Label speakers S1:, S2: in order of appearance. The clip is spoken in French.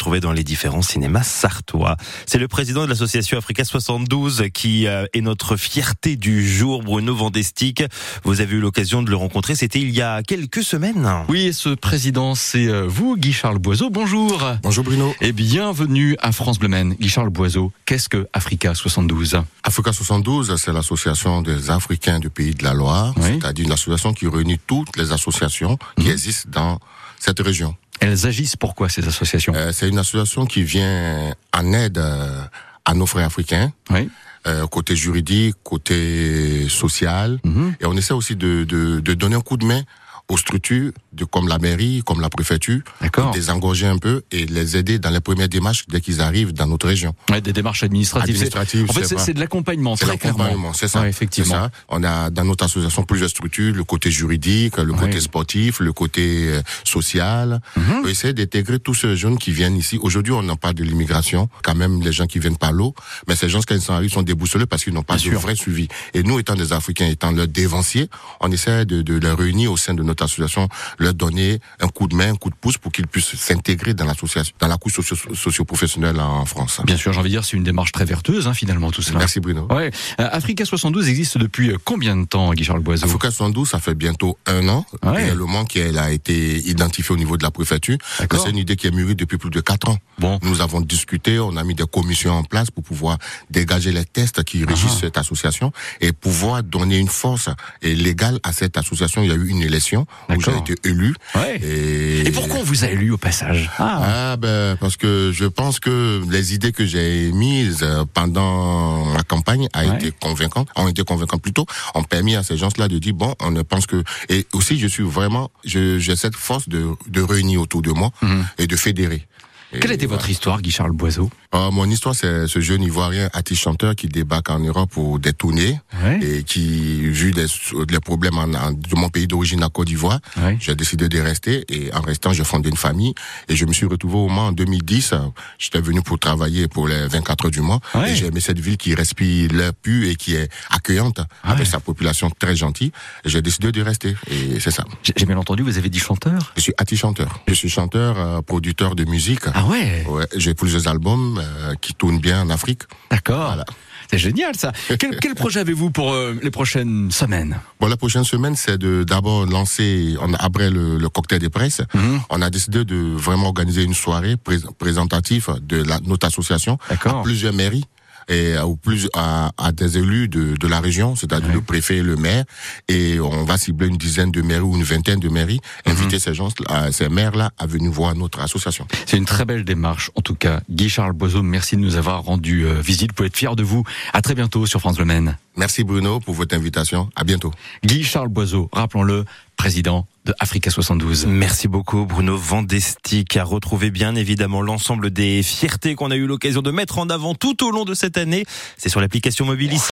S1: retrouver dans les différents cinémas sartois. C'est le président de l'association Africa 72 qui euh, est notre fierté du jour, Bruno Vandestick. Vous avez eu l'occasion de le rencontrer, c'était il y a quelques semaines.
S2: Oui, et ce président, c'est euh, vous, Guy-Charles Boiseau. Bonjour.
S3: Bonjour Bruno.
S2: Et bienvenue à France Bleu Guy-Charles Boiseau, qu'est-ce que Africa 72
S3: Africa 72, c'est l'association des Africains du pays de la Loire, oui. c'est-à-dire une association qui réunit toutes les associations mmh. qui existent dans cette région.
S2: Elles agissent pourquoi ces associations
S3: euh, C'est une association qui vient en aide euh, à nos frères africains. Oui. Euh, côté juridique, côté social. Mmh.
S2: Mhm,
S3: Et on essaie aussi de, de, de donner un coup de main aux structures de, comme la mairie, comme la préfecture, les engorger un peu et les aider dans les premières démarches dès qu'ils arrivent dans notre région.
S2: Ouais, des démarches administratives.
S3: administratives
S2: en fait, c'est de l'accompagnement.
S3: C'est l'accompagnement, c'est ça.
S2: Ouais, effectivement. Ça.
S3: On a dans notre association plusieurs structures, le côté juridique, le ouais. côté sportif, le côté euh, social. Mm
S2: Mhm.
S3: -hmm. On essaie d'intégrer tous ces jeunes qui viennent ici. Aujourd'hui, on n'en parle de l'immigration, quand même les gens qui viennent par l'eau, mais ces gens quand ils sont arrivés sont déboussolés parce qu'ils n'ont pas Bien de sûr. vrai suivi. Et nous, étant des Africains, étant leurs dévanciers, on essaie de, de les réunir au sein de notre association, leur donner un coup de main, un coup de pouce pour qu'ils puissent s'intégrer dans l'association, dans la couche socio-professionnelle socio en France.
S2: Bien sûr, j'ai envie de dire, c'est une démarche très vertueuse, hein, finalement, tout cela.
S3: Merci Bruno.
S2: Ouais. Euh, Africa 72 existe depuis euh, combien de temps, Guy-Charles Boiseau
S3: Africa 72, ça fait bientôt un an, ouais. réellement, qu'elle a été identifiée au niveau de la préfecture. C'est une idée qui est mûrie depuis plus de quatre ans. Bon. Nous avons discuté, on a mis des commissions en place pour pouvoir dégager les tests qui régissent ah. cette association et pouvoir donner une force légale à cette association. Il y a eu une élection où j'ai été élu.
S2: Ouais. Et... et... pourquoi on vous a élu au passage
S3: ah. ah. ben parce que je pense que les idées que j'ai émises euh, pendant ma campagne a ouais. été convaincantes, ont été convaincantes plutôt, ont permis à ces gens-là de dire bon, on ne pense que et aussi je suis vraiment, j'ai cette force de, de réunir autour de moi mmh. et de fédérer.
S2: Et Mhm. Quelle était voilà. votre histoire, Guy-Charles Boiseau
S3: euh, Mon histoire, c'est ce jeune Ivoirien artiste-chanteur qui débarque en Europe pour des tournées ouais. et qui, vu les, les problèmes en, en, de mon pays d'origine, la Côte d'Ivoire, ouais. j'ai décidé de rester et en restant, j'ai fondé une famille et je me suis retrouvé au Mans en 2010. J'étais venu pour travailler pour les 24 heures du mois ouais. et j'ai aimé cette ville qui respire l'air pur et qui est accueillante avec sa population très gentille. J'ai décidé de rester et c'est ça.
S2: J'ai bien entendu, vous avez dit chanteur
S3: Je suis artiste-chanteur. Je suis chanteur, euh, producteur de musique.
S2: Ah ouais.
S3: ouais j'ai plusieurs albums euh, qui tournent bien en Afrique.
S2: D'accord. Voilà. C'est génial ça. Quel, quel projet avez-vous pour euh, les prochaines semaines
S3: Bon, la prochaine semaine, c'est de d'abord lancer, on, après le, le, cocktail des presses, mm -hmm. on a décidé de vraiment organiser une soirée pré présentative de la, notre association à plusieurs mairies et euh, ou plus à, à, des élus de, de la région, c'est-à-dire ouais. le préfet, et le maire, et on va cibler une dizaine de mairies ou une vingtaine de mairies, mm -hmm. inviter ces gens, ces maires-là, à venir voir notre association.
S2: C'est une très belle démarche, en tout cas. Guy Charles Boiseau, merci de nous avoir rendu euh, visite. Vous pouvez être fier de vous. À très bientôt sur France Le Maine.
S3: Merci Bruno pour votre invitation. À bientôt.
S2: Guy Charles Boiseau, rappelons-le, président de Africa 72.
S1: Merci beaucoup Bruno Vandestick à retrouver bien évidemment l'ensemble des fiertés qu'on a eu l'occasion de mettre en avant tout au long de cette année. C'est sur l'application Mobilis.